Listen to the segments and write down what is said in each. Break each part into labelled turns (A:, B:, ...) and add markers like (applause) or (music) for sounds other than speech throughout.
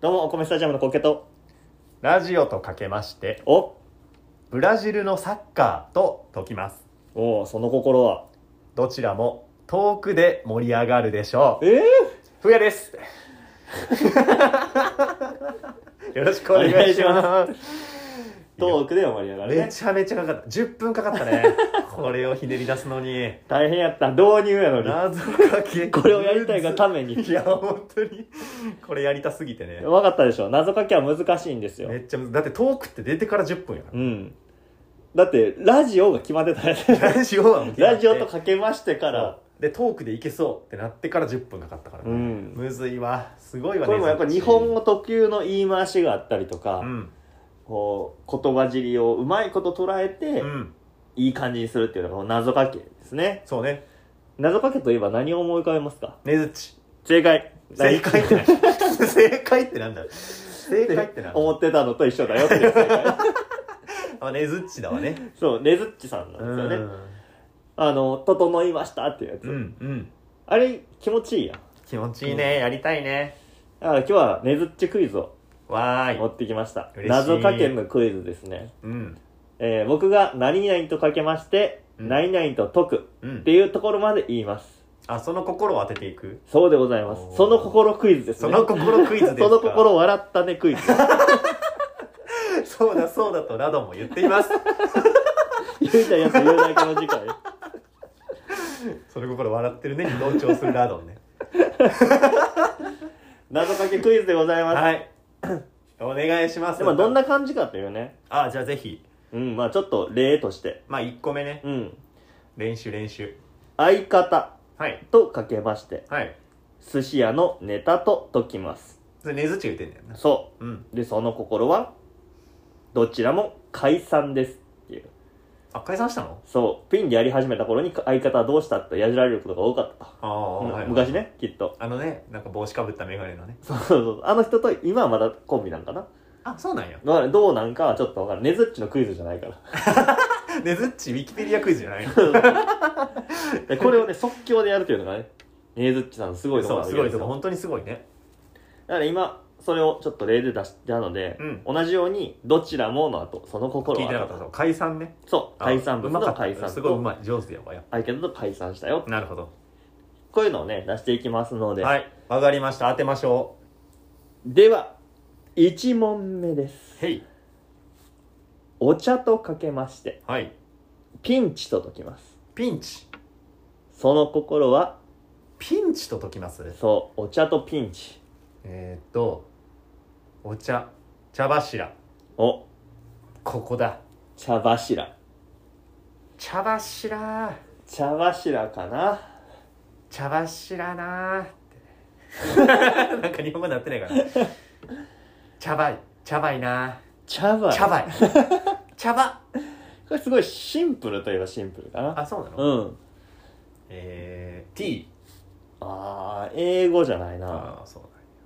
A: 米スタジアムのコケと、
B: ラジオとかけまして、
A: お
B: ブラジルのサッカーと解きます。
A: おうその心は。
B: どちらも遠くで盛り上がるでしょう。
A: ええ
B: ふや (laughs) です。よろしくお願いし
A: お願
B: ます。
A: トークで盛り上がる
B: め
A: ね。
B: ちゃめちゃかかった。10分かかった (laughs) ね。これをひねり出すのに。
A: 大変やった。導入やのに。
B: 謎かけ。
A: これをやりたいがために。
B: いや、本当に。これやりたすぎてね。
A: わかったでしょ謎かけは難しいんですよ
B: め。っちゃむず、だってトークって出てから10分やか
A: うん。だって、ラジオが決まってたや (laughs) つ。
B: ら。ラジオはもう決まって
A: ラジオとかけましてから。
B: でトークでいけそうってなってから10分かかったから、ね
A: うん
B: むずいわすごいわね
A: これもやっぱ日本
B: 語
A: 語特有の言い回しがあったりとか、
B: うん、
A: こう、言葉尻をうまいこと捉えて
B: う、ん、
A: いい感じにするっていうのがこの謎かけですね。
B: そうね
A: 謎かけといえば何を思い浮かべますか
B: ねずっち
A: 正解。
B: 正解ってなんだ (laughs) 正解ってなんだ正解ってなんだ
A: 思ってたのと一緒だよっていう正
B: (laughs)
A: 解
B: あねずっちだわね
A: そうねずっちさんなんですよね、あの「整いました」っていうやつ、
B: うんうん
A: あれ気持ちいいやん
B: 気持ちいいね、やりたいね
A: だから今日はねずっちクイズを
B: わー
A: 持
B: い
A: ってきました、
B: 嬉しい
A: 謎かけのクイズですね、
B: うん
A: えー僕が「何々」とかけまして「
B: うん
A: 何々」と解く
B: う
A: っ
B: ん
A: ていうところまで言います
B: あその心を当てていく
A: そうでございま
B: お
A: す
B: ー
A: その心クイズです
B: そ
A: ね
B: の心クイズですか
A: その心笑ったね
B: (laughs)
A: クイズ
B: そうだそうだとラドンも言っています
A: 言うたやつ言うだけの次回
B: その心笑ってるねに同調するラドンね
A: 謎かけクイズでございます、
B: はいお願いします
A: でもどんな感じかというね
B: あじゃあぜひ
A: うんまあちょっと例として
B: まあ1個目ね
A: うん
B: 練習練習
A: 相方
B: はい
A: とかけまして
B: はい
A: 寿司屋のネタと解きます
B: それ根づちが言ってんだよな
A: そ
B: うん
A: うでその心はどちらも解散ですっていう
B: あ解散したの
A: そうピンでやり始めた頃に相方はどうしたってやじられることが多かったと
B: ああ、
A: うん
B: はい
A: 昔ねきっと
B: あのねなんか帽子かぶった眼鏡のね
A: そうそうそうあの人と今はまだコンビなんかな
B: あそう (laughs) なんや
A: わからんどうなんかはちょっとわからんねずっちのクイズじゃ
B: (laughs)
A: ないから
B: 根づっちウィキペディアクイズじゃないの
A: でこれをね即興でやるというのがねねずっちさんのすごいところ
B: そう
A: なん
B: す
A: で
B: ごいとこ本当にすごいね
A: だから今それをちょっと例で出したので、
B: うん
A: 同じように「どちらも」の後その心は
B: 聞いてなかったそう解散ね
A: そう
B: あ
A: 解散物
B: うまか
A: の
B: った
A: 解散
B: すごいう
A: と
B: まい上手やわやっ
A: 相手と解散したよ
B: ぱなるほど
A: こういうのをね出していきますので、
B: はいわかりました当てましょ
A: では1問目です
B: うへい
A: お茶とかけまして
B: はい
A: ピンチと解きます
B: ピンチ
A: その心は
B: ピンチと解きます
A: そうお茶とピンチ
B: えー、っとお茶茶柱
A: お
B: ここだ
A: 茶柱
B: 茶柱
A: 茶柱かな
B: 茶柱なーってなんか日本語になってないから茶葉い茶葉いな
A: 茶葉
B: ー茶葉い茶葉
A: これすごいシンプルといえばシンプルかな
B: あそうなの、
A: うん
B: えー、T
A: あー英語じゃないな
B: ああそ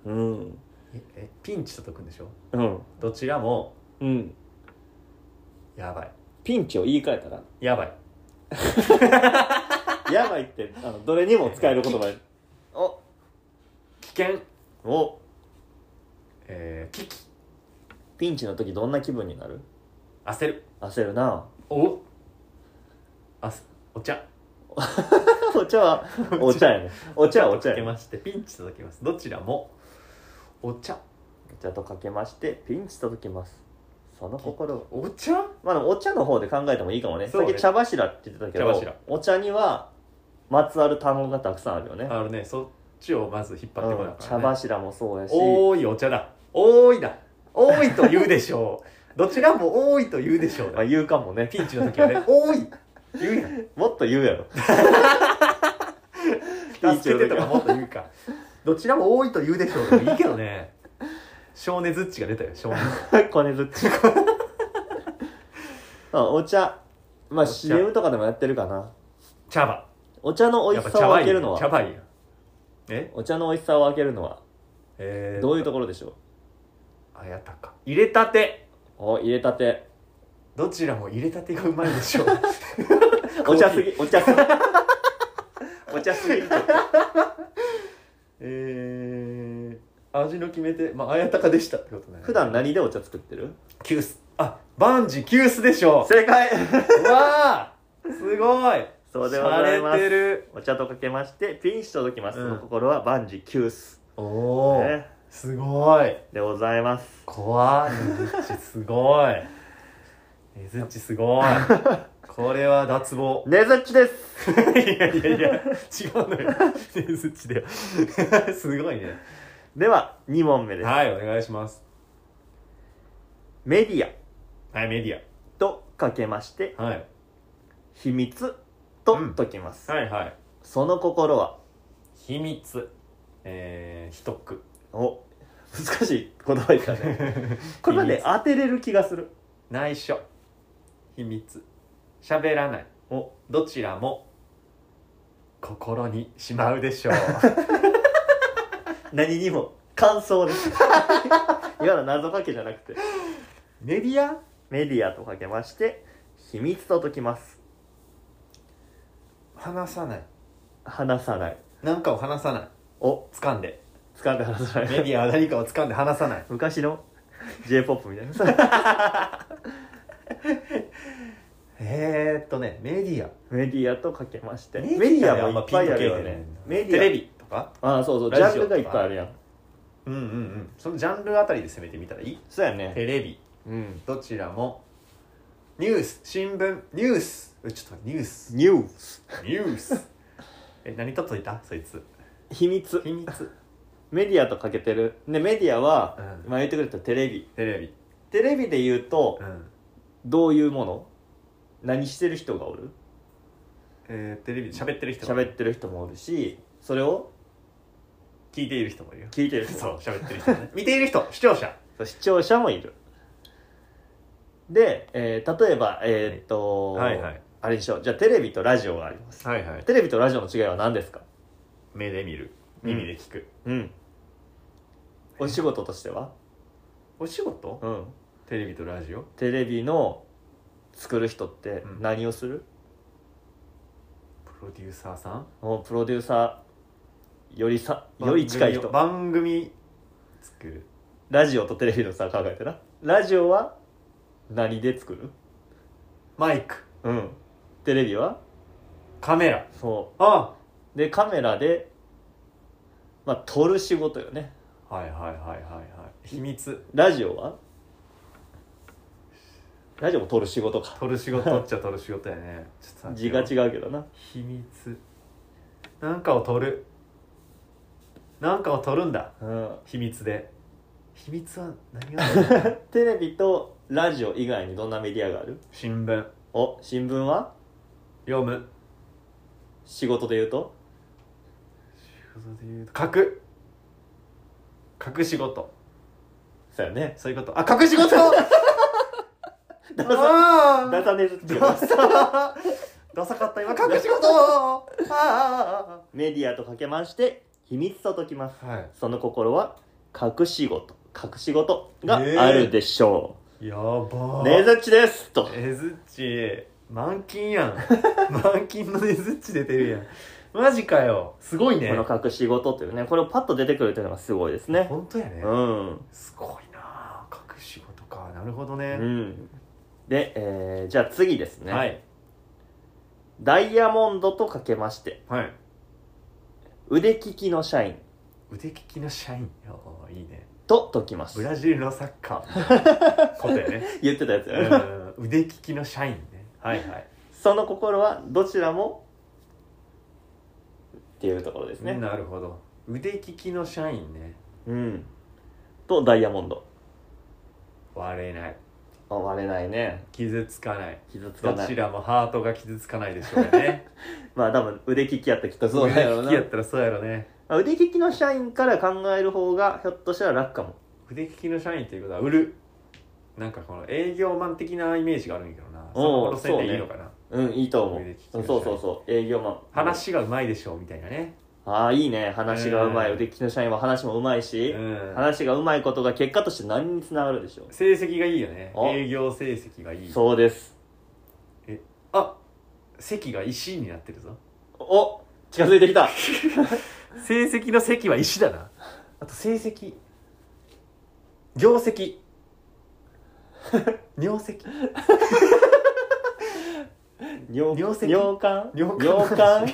B: うな
A: うん
B: んやええピンチと解くんでしょ
A: うん
B: どちらも
A: うん
B: やばい
A: ピンチを言い換えたら
B: やばい
A: やばいって
B: (laughs)
A: あのどれにも使える言葉でお
B: 危険
A: お
B: えー、危機
A: ピンチの時どんな気分になる
B: 焦る
A: 焦るな
B: おあすお茶
A: お茶は (laughs) お茶やねお茶はお茶
B: と解け
A: やね
B: ましてピンチと解けますどちらもお茶
A: お茶とかけましてピンチと解きますその心を
B: お茶
A: まあでもお茶の方で考えてもいいかもね
B: そうね
A: さっき茶柱って言ってたけ
B: 茶
A: ど
B: 柱
A: お茶にはまつわる単語がたくさんあるよね
B: あのねそっちをまず引っ張ってこな
A: うん
B: いか
A: 茶
B: ら、ね
A: 柱もそうやし
B: 多いお茶だ多いだ多いと言うでしょ
A: (laughs)
B: うどちらも多いと言うでしょう
A: まあ
B: だ
A: 言うかもね
B: ピンチの時はね多い言う
A: もっと言うやろ
B: やん助けてとかもっと言うかどちらも多いと言うでしょうでもいいけどね少年ズッチが出たよ少年
A: こねずっち (laughs) あお茶まあ
B: お茶
A: CM とかでもやってるかな
B: 茶葉
A: お茶の美
B: やっ
A: 味
B: ぱ
A: し
B: 茶
A: さを
B: 葉
A: 分
B: いい
A: け
B: や
A: る
B: ん
A: の
B: 茶
A: は
B: 葉いいやんえ
A: お茶の美味しさを分けるのは
B: えー、
A: どういうところでしょう
B: あやったか入れたて
A: お入れたて
B: どちらも入れたてがうまいでしょう (laughs)
A: お茶すぎお茶すぎお茶すぎ
B: えー、味の決め手、まあ、綾鷹でしたってことね
A: 普段何でお茶作ってる
B: 急須あバンジー急須でしょ
A: 正解
B: うわあすごい
A: (laughs) そうでございます
B: 洒落てる
A: お茶とかけましてピンチ届きます、
B: うん
A: その心は万事休す、
B: おおー、
A: ね、
B: すごい
A: でございます
B: 怖いねずっちすごいねずっちすごいこれは脱帽
A: ねずっちです
B: いやいやいや違うのよねずっちだよすごいね
A: では2問目です、
B: はいお願いします
A: メディア
B: はいメディ
A: とかけまして
B: アはい
A: 秘密と
B: うん
A: 解きます、
B: はいはい
A: その心は
B: 秘密えー、秘匿
A: お難しい言葉
B: (laughs)
A: ですからねこれまで当てれる気がする
B: 内緒秘密喋らない
A: お
B: どちらも心にしまうでしょう (laughs)
A: 何にも感想です
B: (laughs)
A: 今の謎かけじゃなくて
B: メディア
A: メディアとかけまして秘密と解きます
B: 話さない
A: 話さない
B: 何かを話さない
A: お
B: 掴んで
A: 掴んで話さな
B: メデ
A: い
B: ィアは何かを掴んで話さない
A: 昔の j p o p みたいな
B: (laughs) えー、っとねメディア
A: メディアとかけまして
B: であんまピンとけえへん
A: メディア
B: テレビとか
A: ああそうそうジ
B: ラ
A: ャ
B: ジ
A: ン
B: オ
A: ルがいっぱいあるやん
B: うんうんうんそのジャンルあたりで攻めてみたらいい
A: そうやね
B: テレビ
A: うん
B: どちらもニュース新聞ニュースうちょっと待ってニュー (laughs) ス
A: ニュース
B: ニュースえ何とっといたそいつ
A: 秘密
B: 秘密
A: メディアとかけてるでメディアは、
B: うん
A: まあ言ってくれたテレビ
B: テレビ
A: テレビで言うと、
B: うん
A: どういうもの何してる人がおる
B: えー、テレビで喋ってる人
A: 喋ってる人もおるしそれを
B: 聞いている人もいるよ
A: 聞いてる人
B: そう喋ってる人ね (laughs) 見ている人視聴者
A: そう視聴者もいるで、えー例えばえーっと、
B: はいはい
A: あれでしょうじゃあテレビとラジオがあります
B: はいはい
A: テレビとラジオの違いは何ですか
B: 目で見る
A: うん
B: 耳で聞く、
A: うんお仕事としては
B: お仕事
A: うん
B: テレビとラジオ
A: テレビの作る人って
B: うん
A: 何をする、
B: プロデューサーさん
A: もうプロデューサーよりさより近い人
B: 番組作る
A: ラジオとテレビのさ考えてなラジオは何で作る
B: マイク
A: うんテレビは
B: カメラ
A: そ
B: あ
A: うでカメラでまあ撮る仕事よね
B: はいはいはいはいはい秘密
A: ラジオはラジオも撮る仕事か
B: 撮る仕事っちゃ撮る仕事やねちょっと待
A: 字
B: って
A: が
B: よ
A: 違うけどな
B: 秘密なんかを撮るなんかを撮るんだ
A: うん
B: 秘密で秘密は何があるの
A: テレビとラジオ以外にどんなメディアがある
B: (laughs) 新聞
A: お新聞は
B: 読む
A: 仕事で言うと
B: 仕事で言うと書く書く仕事
A: そうやね
B: そういうことあ書く仕 (laughs) 事
A: ダサ
B: あ
A: ダサねずっち
B: ダサダサかった今隠し事あーあ
A: メディアとかけまして秘密と解きます
B: ーあーは
A: その心は隠し事隠し事があるでしょ
B: いやば
A: う「
B: ー
A: ねずっちです」と
B: ねずっち満勤やん満勤のねずっち出てるやんマジかよすごいね
A: この隠し事というねこれをパッと出てくるというのがすごいですね
B: 本当やね、
A: うん、
B: すごいなあ隠し事かなるほど
A: う
B: ね、
A: ん、で、えーじゃあ次ですね、
B: はい
A: ダイヤモンドとかけまして
B: はい
A: 腕利きの社員
B: 腕利きの社員よいいね
A: と解きま
B: ブ
A: す
B: ラジルのサッカ
A: (laughs)
B: ーことやね
A: 言ってたやつ、
B: うん腕利きの社員ねはいはい
A: (laughs) その心はどちらもっていうところですね
B: なるほど腕利きの社員ね
A: うんとダイヤモンド
B: 割れない
A: あ割れないね
B: 傷つかない
A: 傷つか
B: ど
A: な
B: ち
A: い
B: らもハートが傷つかないでしょうね
A: まあ多分腕利きやったらきっと (laughs) そうだよ
B: 腕利
A: な
B: きやったらそうやろね
A: まあ腕利きの社員から考える方がひょっとしたら楽かも
B: 腕利きの社員っていうことは売るなんかこの営業マン的なイメージがあるんやけどなその路線でいいのかな、
A: うんいいと思う
B: 腕利き
A: う
B: の社員
A: んそうそうそう営業マン
B: 話がうまいでしょうみたいなね
A: ああいいね話がうまい、
B: うん
A: 腕利きの社員は話もうまいし、
B: うん
A: 話がうまいことが結果として何につながるでしょう
B: 成績がいいよね
A: お
B: 営業成績がいい
A: そうです
B: あ席が石になってる (laughs) ぞ
A: お近づいてきた
B: 成績の席は石だなあと成績業績 (laughs) 尿石
A: 尿
B: 尿石
A: 尿管
B: 尿管
A: 尿管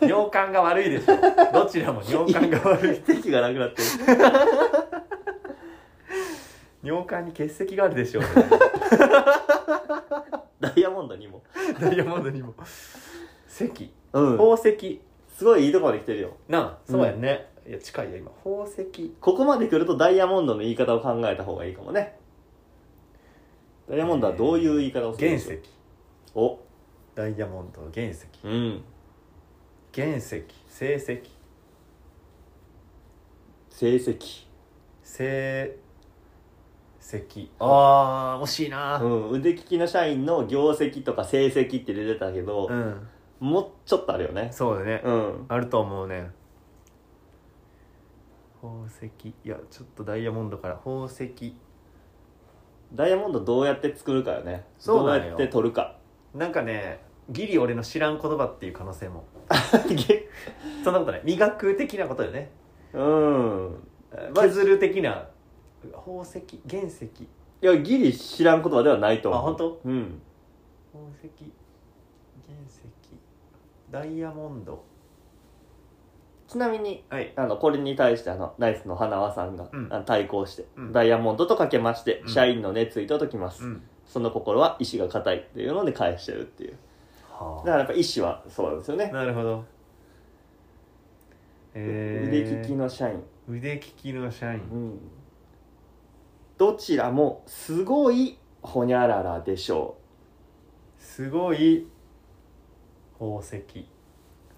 A: (laughs)
B: 尿管が悪いでしょどちらも尿管が悪い
A: 血液がなくなってる
B: (laughs) 尿管に血石があるでしょう
A: ダイヤモンドにも
B: (laughs) ダイヤモンドにも石
A: うん
B: 宝石
A: すごいいいとこまで来てるよ
B: なあそうやんね、いや近いよ今宝石
A: ここまで来るとダイヤモンドの言い方を考えた方がいいかもねダイヤモンドはどういう言い方をする
B: 原
A: んでしょう
B: 石
A: お
B: ダイヤモンドの原石
A: うん
B: 原石成石
A: 成績
B: 成石あー惜しいうなん
A: 腕利きの社員の業績とか成績って出てたけど
B: う、ん、
A: もうちょっとあるよね
B: そうだね、
A: うん
B: あると思うね宝石いやちょっとダイヤモンドから宝石
A: ダイヤモンドどうやって作るかよね
B: そうなんよ
A: どうやって取るか (laughs)
B: なんかねギリ俺の知らん言葉っていう可能性も
A: げ
B: そんなことない磨く的なことよね
A: うん
B: 削る的な宝石原石
A: いやギリ知らん言葉ではないと思う
B: あ本当
A: うん
B: 宝石原石ダイヤモンド
A: ちなみに
B: はい
A: あのこれに対してあのナイスの花輪さんが、
B: うん
A: あの対抗して、
B: うん
A: ダイヤモンドとかけまして、
B: うん
A: 社員の熱意と解きます、
B: ん
A: その心は意志が固いっていうので返してるっていう
B: は
A: だか
B: あ
A: らやっぱ意志はそうなんですよね、
B: (laughs) なるほど、え
A: 腕
B: ー、
A: 利きの社員
B: 腕利きの社員
A: うんどちらもすごいほにゃららでしょ
B: すごい宝石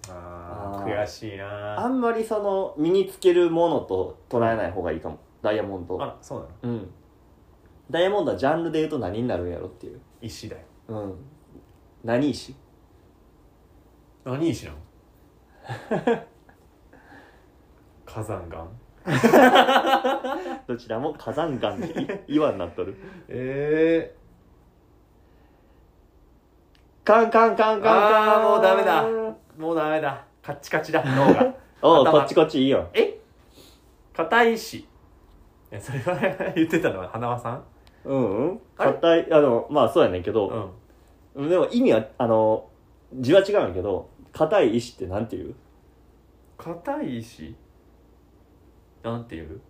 A: あ
B: あ
A: ー
B: ー悔しいう
A: あ
B: なあ
A: んまりその身につけるものと捉えない方がいいかもダイヤモンド
B: らそうなの
A: うんダイヤモンドはジャンルで言うと何になるんやろっていう
B: 石だよ
A: うん何石
B: 何石なの (laughs) 火山岩
A: どちらも火山岩でい (laughs) 岩になっとる
B: え
A: カンカンカンカンカン
B: あーもうダメだー、もうダメだカッチカチだ脳が
A: おう
B: 頭
A: こっちこっちいいよ
B: え硬い石いやそれは言ってたのは花輪さん
A: うんうん
B: あれ
A: 硬いあのまあそうやねんけど、
B: ん
A: でも意味はあの字は違うんやけど硬い石ってなんていう
B: 硬い石なんていう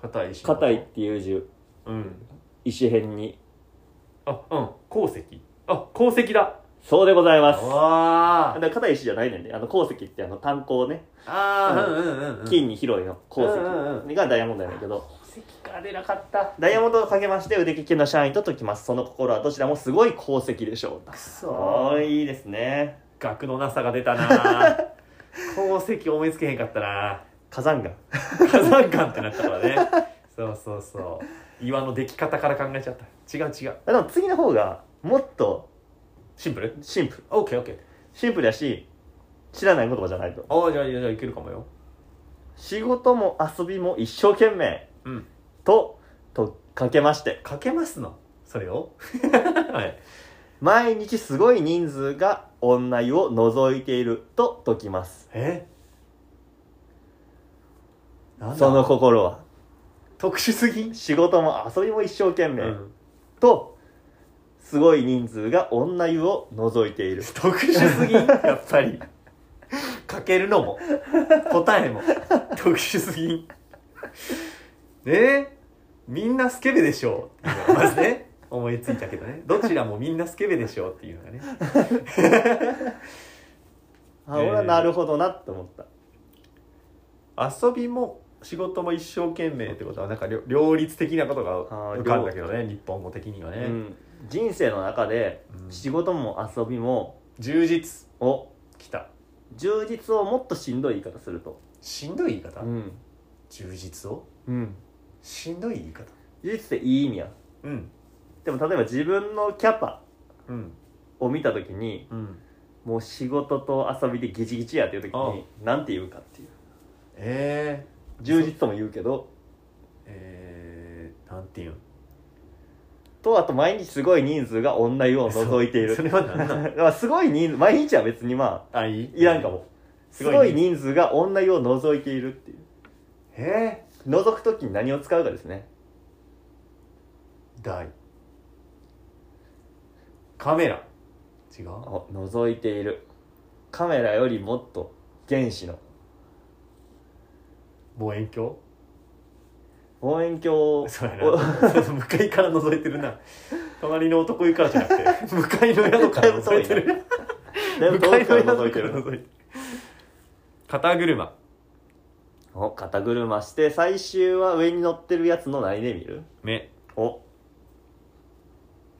B: 硬い石のこと
A: 硬いっていう字
B: うん
A: 石片に
B: あうん鉱石あ鉱石だ
A: そうでございますだ
B: わ
A: から硬い石じゃないねんで、あの鉱石ってあの炭鉱ね
B: あーうんうんうんうん
A: 金に広いの鉱石
B: うんうん
A: がダイヤモンドやねんけど
B: 鉱石が出なかった
A: ダイヤモンドをかけまして腕利きの社員と解きますその心はどちらもすごい鉱石でしょうお
B: くそ
A: ーいいですね
B: 額のなさが出た
A: (laughs)
B: な鉱石思いつけへんかったな
A: 火山岩
B: 火山岩ってなったからねそうそうそう岩の出来方から考えちゃった違う違う
A: あでも次の方がもっと
B: シンプル
A: シンプル
B: オッケーオッケー
A: シンプルやし知らない言葉じゃないと
B: ああじゃあじゃあじゃあいけるかもよ
A: 仕事も遊びも一生懸命
B: うん
A: ととかけまして
B: かけますのそれを (laughs) はい
A: 毎日すごい人数が女湯を覗いていると解きます
B: えなんだ
A: その心は
B: 特殊すぎ、
A: 仕事も遊びも一生懸命、
B: うん
A: とすごい人数が女湯を覗いている
B: 特殊すぎ (laughs) やっぱりかけるのも答えも特殊すぎえー、みんなスケベでしょうっていうのがまずね (laughs) 思いついたけどねどちらもみんなスケベでしょうっていうのがね
A: あ俺は
B: えー
A: なるほどなって思った、
B: 遊びも仕事も一生懸命ってことはなんか両両立的なことが浮かんだけどね日本語的にはね、
A: うん人生の中で
B: うん
A: 仕事も遊びも
B: 充実
A: を
B: きた
A: 充実をもっとしんどい言い方すると
B: しんどい言い方、
A: ん
B: 充実を
A: うん
B: しんどい言い方
A: 充実っていい意味や
B: うん
A: でも例えば自分のキャパ
B: うん
A: を見た時に
B: うん
A: もう仕事と遊びでギチギチやっていう時になんて言うかっていう
B: えー、
A: 充実とも言うけど
B: えー、なんていうん
A: とあと毎日すごい人数が女湯を覗いている (laughs)
B: そそれは何なの
A: だからすごい人数毎日は別にま
B: あいい
A: あいらんかもす
B: す
A: ご
B: ご
A: い
B: い人
A: 人数が女湯を覗いているっていう
B: えー、
A: 覗く時に何を使うかですね
B: 台カメラ違う
A: お覗いているカメラよりもっと原始の
B: 望遠鏡
A: 望遠鏡を
B: そうやなそうそう向かいから覗いてるな隣の男湯からじゃなく (laughs) て向かいの宿から覗いてる
A: だいぶ
B: 向
A: 遠
B: かい
A: くか
B: の
A: ら覗
B: 宿から
A: いてる
B: 覗いてる肩車
A: お肩車して最終は上に乗ってるやつの何で見る
B: 目
A: お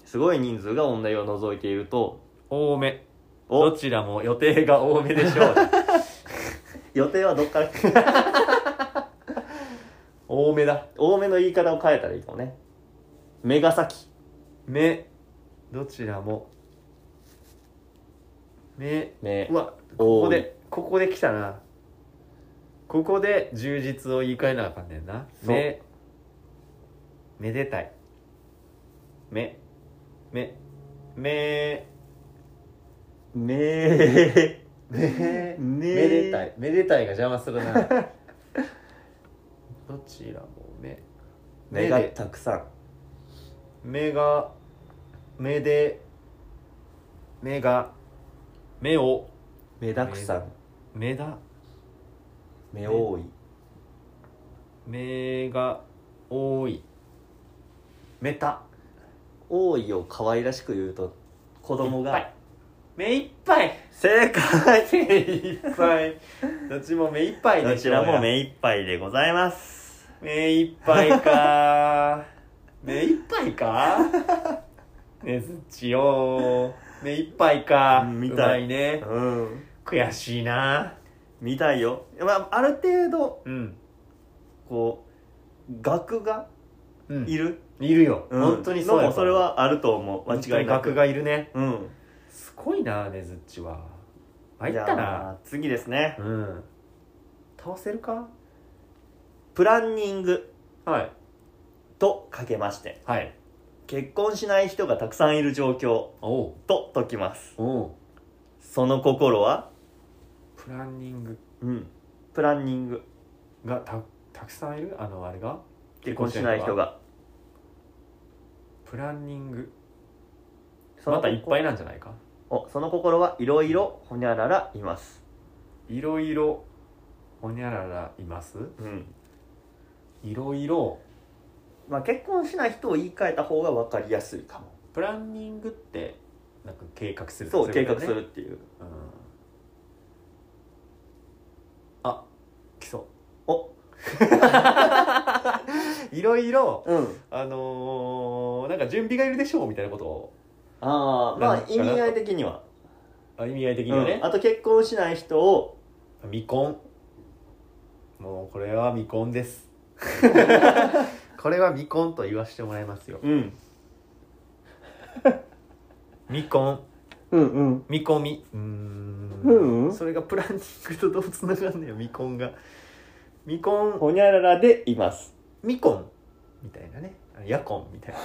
A: すごい人数が同じを覗いていると
B: 多めど
A: お
B: ちらも予定が多めでしょう
A: 予定はどっから
B: (laughs)
A: (laughs)
B: 多めだ
A: 多めの言い方を変えたらいいかもね目が先
B: 目どちらも目
A: 目
B: うわ
A: 多い
B: ここでここで来たなここで充実を言い換えなあかんねんな
A: そう
B: 目めでたい目目目
A: 目
B: 目
A: 目
B: めでたいめでたいが邪魔するな (laughs) どちらも目
A: 目がたくさん
B: 目が目で目が目を
A: 目たくさん
B: 目だ
A: 目多い
B: 目が多い目た
A: 多いを可愛らしく言うと子供
B: いっぱ
A: が
B: い目いっぱい
A: 正解
B: 目いっぱいどっちも目いっぱい
A: (laughs) ど
B: で
A: ち
B: し
A: ら
B: ょ
A: も目いっぱいでございます
B: 目いっぱいか (laughs) 目いっぱい
A: (laughs)
B: かねずっちよ目いっぱいか
A: うん見
B: う
A: たい
B: まいね
A: うん
B: 悔しいな
A: 見たいよ、まあ、ある程度
B: うん
A: こう額が
B: うん
A: いる、
B: いるよ、
A: うん
B: 本当にそう
A: の
B: や
A: もそれはあると思う間
B: 間
A: 違
B: 違
A: い
B: い
A: な
B: 額
A: く
B: がいるね
A: うん
B: すごいなねずっちは参った
A: じ
B: な
A: ゃあ次ですね
B: うん倒せるか
A: プランニング
B: はい
A: とかけまして
B: はい
A: 結婚しない人がたくさんいる状況
B: おう
A: と解きます
B: おう
A: その心は
B: プランニング
A: うんプランニング
B: がたたくさんいるあのあれが
A: 結婚しない人が
B: プランニング
A: その
B: またいっぱいなんじゃないか
A: おその心はいろいろほにゃららいます
B: いろいろほにゃららいます
A: うん
B: いろいろ
A: まあ結婚しない人を言い換えた方が分かりやすいかも
B: プランニングってなんか計画する
A: そう
B: い
A: 計
B: こ
A: 画
B: と
A: す
B: ね
A: るっていう
B: うんあ来そう
A: お
B: (laughs) いろいろ
A: うん
B: あのーなんか準備がいるでしょうみたいなことを
A: ああまあ
B: なんか
A: 意味合い的には
B: あ意味合い的にはね
A: うん、あと結婚しない人を
B: 未婚もうこれは未婚です (laughs) これは未婚と言わせてもらいますよ
A: うん
B: 未婚
A: うんうん
B: 見込みうーん
A: うん
B: それがプランニングとどうつながんのよ未婚が未婚
A: ほにゃららでいます
B: 未婚みたいなねあ夜婚みたいな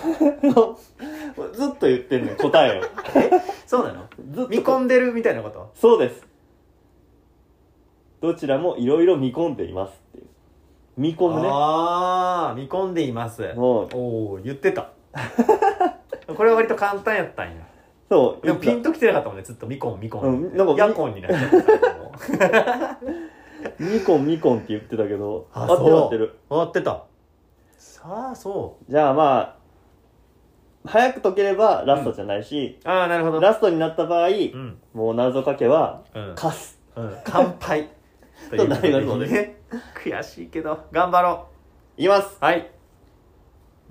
A: ずっと言ってんのよ答 (laughs) えを
B: そうなの
A: ずっと
B: 見込んでるみたいなこと
A: そうですどちらもいろいろ見込んでいますっていう見込むね
B: ああ見込んでいます
A: うん
B: おお言って
A: (laughs)
B: たこれは割と簡単やったんや
A: そう
B: でもピ
A: 言っ
B: ンときてなかったもんねずっとミコンミコン、
A: うんなんかみ
B: ヤコンになっちゃってたも
A: (laughs)
B: う
A: たミコンミコンって言ってたけど
B: あ
A: 合ってる
B: そう
A: 合ってる
B: 終わってたさあそ
A: じゃあまあ早く解ければラストじゃないし、
B: うああなるほど
A: ラストになった場合、
B: うん
A: もう謎かけは
B: うん、
A: カス
B: うん、乾杯
A: (laughs)
B: と
A: となります
B: こと
A: ので
B: ね (laughs) 悔しいけど頑張ろ
A: (laughs) いきます
B: う、はい、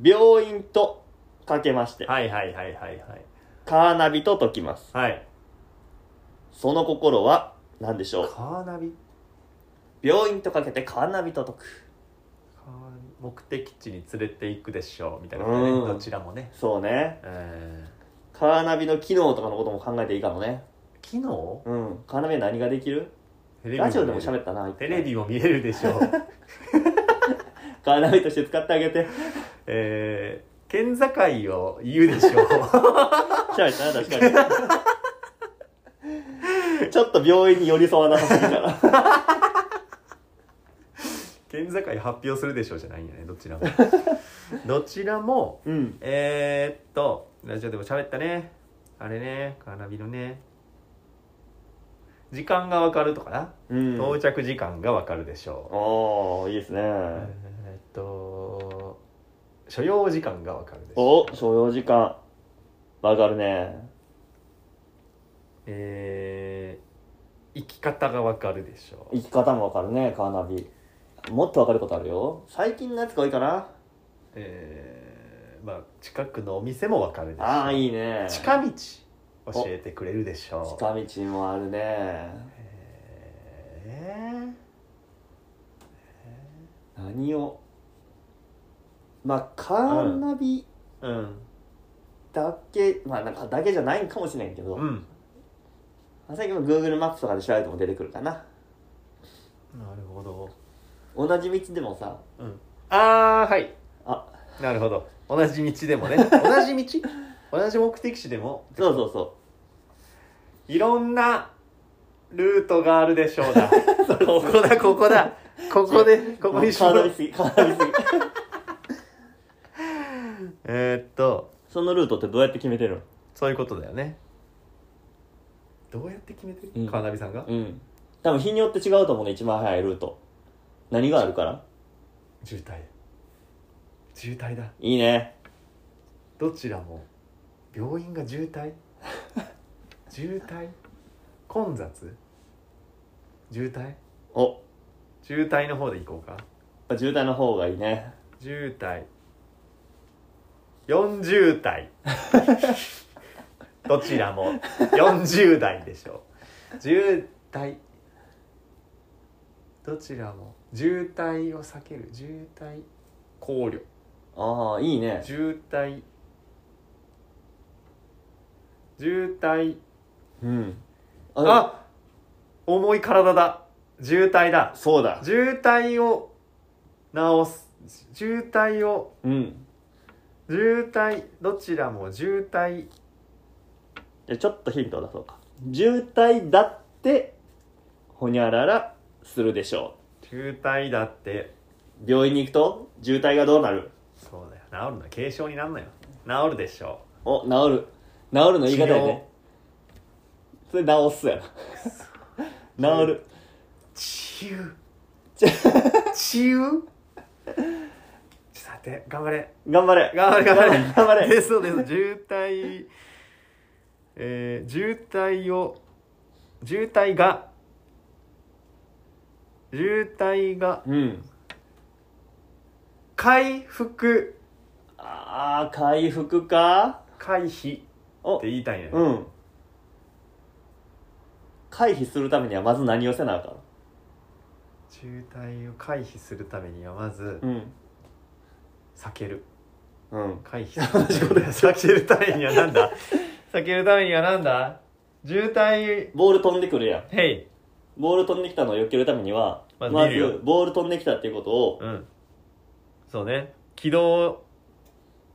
A: 病院とかけまして
B: はいはいはいはいはい
A: カーナビと解きます
B: はい
A: その心は何でしょう
B: カーナビ
A: 病院とかけてカーナビと解く
B: カーナビ目的地に連れて行くでしょうみたいなことね、
A: うん
B: どちらもね
A: そうね
B: うん
A: カーナビの機能とかのことも考えていいかもね
B: 昨日
A: うんカーナビは何ができる
B: テレビ
A: ラジオでも
B: 見
A: 喋
B: れる
A: ったな
B: テレビも見れるでしょう
A: カーナビとして使ってあげて
B: えー、県境を言うでしょ
A: (laughs)
B: う
A: 喋ったな確か
B: (laughs)
A: にちょっと病院に寄り添わなさすぎたら
B: 県境境発表するでしょうじゃないんやねどちらもどちらも
A: うん
B: えー、っとラジオでも喋ったねあれねカーナビのね時間がわかるとかな、
A: うん
B: 到着時間がわかるでしょ
A: ああいいですね
B: う、えー、っと所要時間がわかるでしょう
A: お所要時間わかるね
B: えー、生き方がわかるでしょう
A: 生き方もわかるねカーナビもっとわかることあるよ最近のやつが多いかな
B: えー、まあ近くのお店もわかるでしょう
A: ああいいね
B: 近道教えてくれるでしょう
A: 近道もあるね
B: え
A: 何をまあカーナビ
B: ーうん
A: だけ、まあなんかだけじゃないんかもしれんけど、
B: うん
A: まあ最近も Google マップとかで調べても出てくるかな
B: なるほど
A: 同じ道でもさ
B: うんああはい
A: あ
B: なるほど同じ道で
A: (laughs)
B: もね同じ道同じ目的地でも
A: そうそうそ
B: いろんなルートがあるでしょ
A: (laughs)
B: うだここだここだここで
A: う
B: ここにし
A: カーナ
B: ろ
A: ビ (laughs) すぎカーナビすぎ
B: えーっと
A: そのルートってどうやって決めてるの
B: そういうことだよねどうやって決めてる、
A: うん
B: カーナビさんが
A: うん多分日によって違うと思うね一番早いルート何があるから
B: 渋滞渋滞だ
A: いいね
B: どちらも病院が渋
A: (laughs)
B: 滞渋滞混雑渋滞
A: おやっ
B: 渋滞の方で行こうか
A: ぱ渋滞の方がいいね
B: 渋滞40代
A: (laughs)
B: どちらも40代でしょう渋滞どちらも渋滞を避ける渋滞考慮
A: ああいいね
B: 渋滞渋滞
A: うんあ
B: あ重い体だ渋滞だ
A: そうだ
B: 渋滞を直す渋滞を
A: うん
B: 渋滞どちらも渋滞
A: じゃあちょっとヒントを出そうか渋滞だってほにゃららするでしょ
B: 渋滞だって
A: う病院に行くと渋滞がどうなる
B: そうだよ治るの軽症になんのよ治るでしょ
A: お治る治るの
B: う
A: 言い方やねそれ治 (laughs) すやな治る
B: 治癒 (laughs) 治癒さて頑張れ
A: 頑張れ
B: 頑張れ頑張れ
A: 頑張れ
B: ですそうです渋滞えー、渋滞を渋滞が渋滞が
A: うん
B: 回復
A: ああ回復か
B: 回避って
A: お
B: 言いたいね、
A: うん回避するためにはまず何をせなあかん
B: 渋滞を回避するためにはまず
A: うん
B: 避ける
A: うん
B: 回避する避けるためにはなんだ (laughs) 避けるためにはなんだ渋滞
A: ボール飛んでくるやん
B: へい
A: ボール飛んできたのを避けるためには
B: ま
A: ま
B: あ
A: ず
B: 見るよ
A: ボール飛んできたっていうこと
B: (laughs)
A: を
B: うん。そうね。軌道を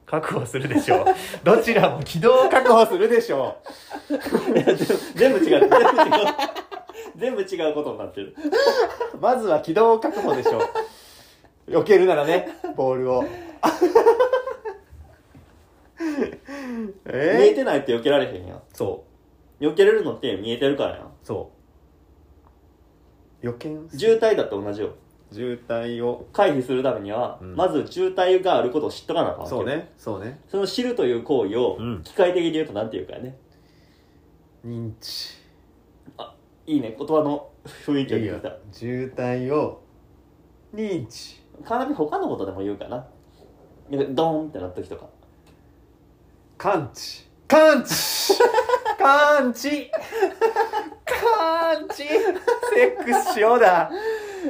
B: 確保するでしょう。 (laughs) どちらも軌道を確保するでしょ
A: いやでも全部違う全部違う全部違うことになってる
B: う。まずは軌道を確保でしょう。避けるならね、ボールを。 (laughs)
A: 見え
B: え
A: てないって避けられへんやん
B: そ
A: 避けれるのって見えてるからやん
B: う、そう。予見
A: 渋滞だって同じよ
B: 渋滞を。
A: 回避するためには、
B: うん
A: まず渋滞があることを知っとかなあかんわけ
B: そうね、そうね。
A: その知るという行為を
B: うん
A: 機械的に言うとなんて言うかやね
B: 認知。
A: いいね言葉の雰囲気を言った
B: 渋滞を認知。
A: カーナビ他のことでも言うかななんかドーンってなった時とか
B: 感知感 (laughs) 知感知感知セックスしようだ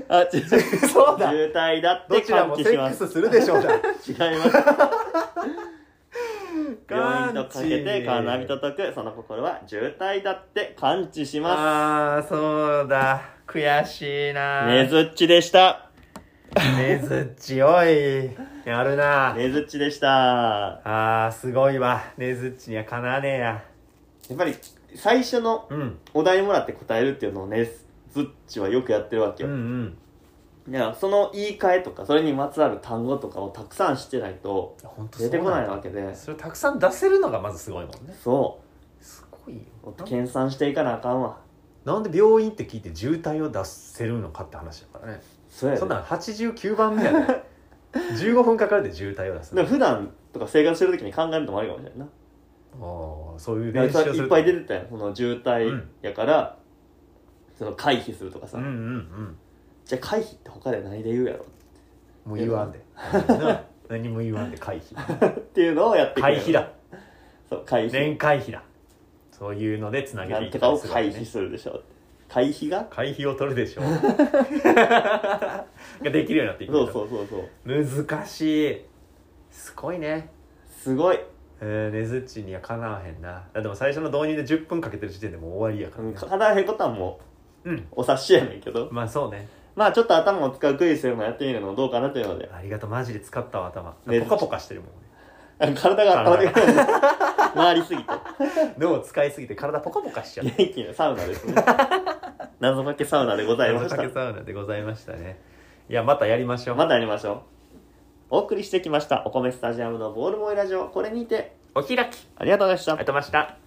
A: あ違う
B: (laughs) そうだ
A: 渋滞だって
B: (laughs) どちら
A: 感
B: も
A: 知
B: セ
A: し
B: ッ
A: ま
B: ク
A: す
B: スするでしょうだ
A: 違います病
B: 感
A: 院と
B: 知
A: かけてカーナビと解くその心は渋滞だって感知しま
B: ああそうだ悔しい
A: す
B: な
A: ねずっちでした
B: ねずっちおいやるな
A: ねずっちでした
B: あーすごいわねずっちにはかなわねえや
A: やっぱり最初の
B: うん
A: お題もらって答えるっていうのをねずっちはよくやってるわけ
B: うんう
A: よ、
B: ん
A: いやその言い換えとかそれにまつわる単語とかをたくさん知ってないと
B: 本当
A: 出てこない
B: わ
A: わけで
B: それたくさん出せるのがまずすごいもんね
A: そ
B: すごいよ
A: うもっと研鑽していかなあかんわ
B: なんで病院って聞いて渋滞を出せるのかって話だからね
A: そうやで
B: そんなん89番目や
A: (laughs)
B: で、ね、15分かかるで渋滞を出す
A: だから普段とか生活してる時に考えるのもありかもしれないな
B: ああそういう
A: い
B: 練習をする
A: っぱい出
B: る
A: てたやんその渋滞やから、その回避するとかさ、
B: うんうんうん
A: じゃあ回避って他で何で言うやろ
B: もう言わんで何も言わんで回避
A: って (laughs) いうのをやってくれる
B: 回避だ
A: そう回避
B: 全回避だそういうのでつなげ
A: な
B: てい
A: ん
B: く
A: とかを
B: すごい
A: 回
B: ね
A: 避するでしょう回避が
B: 回避を取るで
A: (laughs)
B: しょうができるようになっていく
A: そうそうそうそう
B: う難しいすごいね
A: すごい
B: えー、ねずっちにはかなわへんなあでも最初の導入で10分かけてる時点でもう終わりやから、ね、
A: 体へこたんも
B: うん
A: お察しやねんけど
B: まあそうね
A: まあちょっと頭を使うクイズでもやってみるのもどうかなというので
B: ありがとうマジで使ったわ頭
A: ねず
B: ポ
A: っち
B: カポカしてるもんね
A: 体が温まってくる回りすぎて
B: 脳使いすぎて体ポカポカしちゃって
A: 元気なサウナです
B: (laughs)
A: ね謎かけサウナでございまし
B: お
A: た
B: かけサウナでございましたねいやまたやりましょう、
A: またやりましょうお送りしてきましたお米スタジアムのボールボーイラジオこれにて
B: お開きあり
A: ありがとうございました
B: がとうございました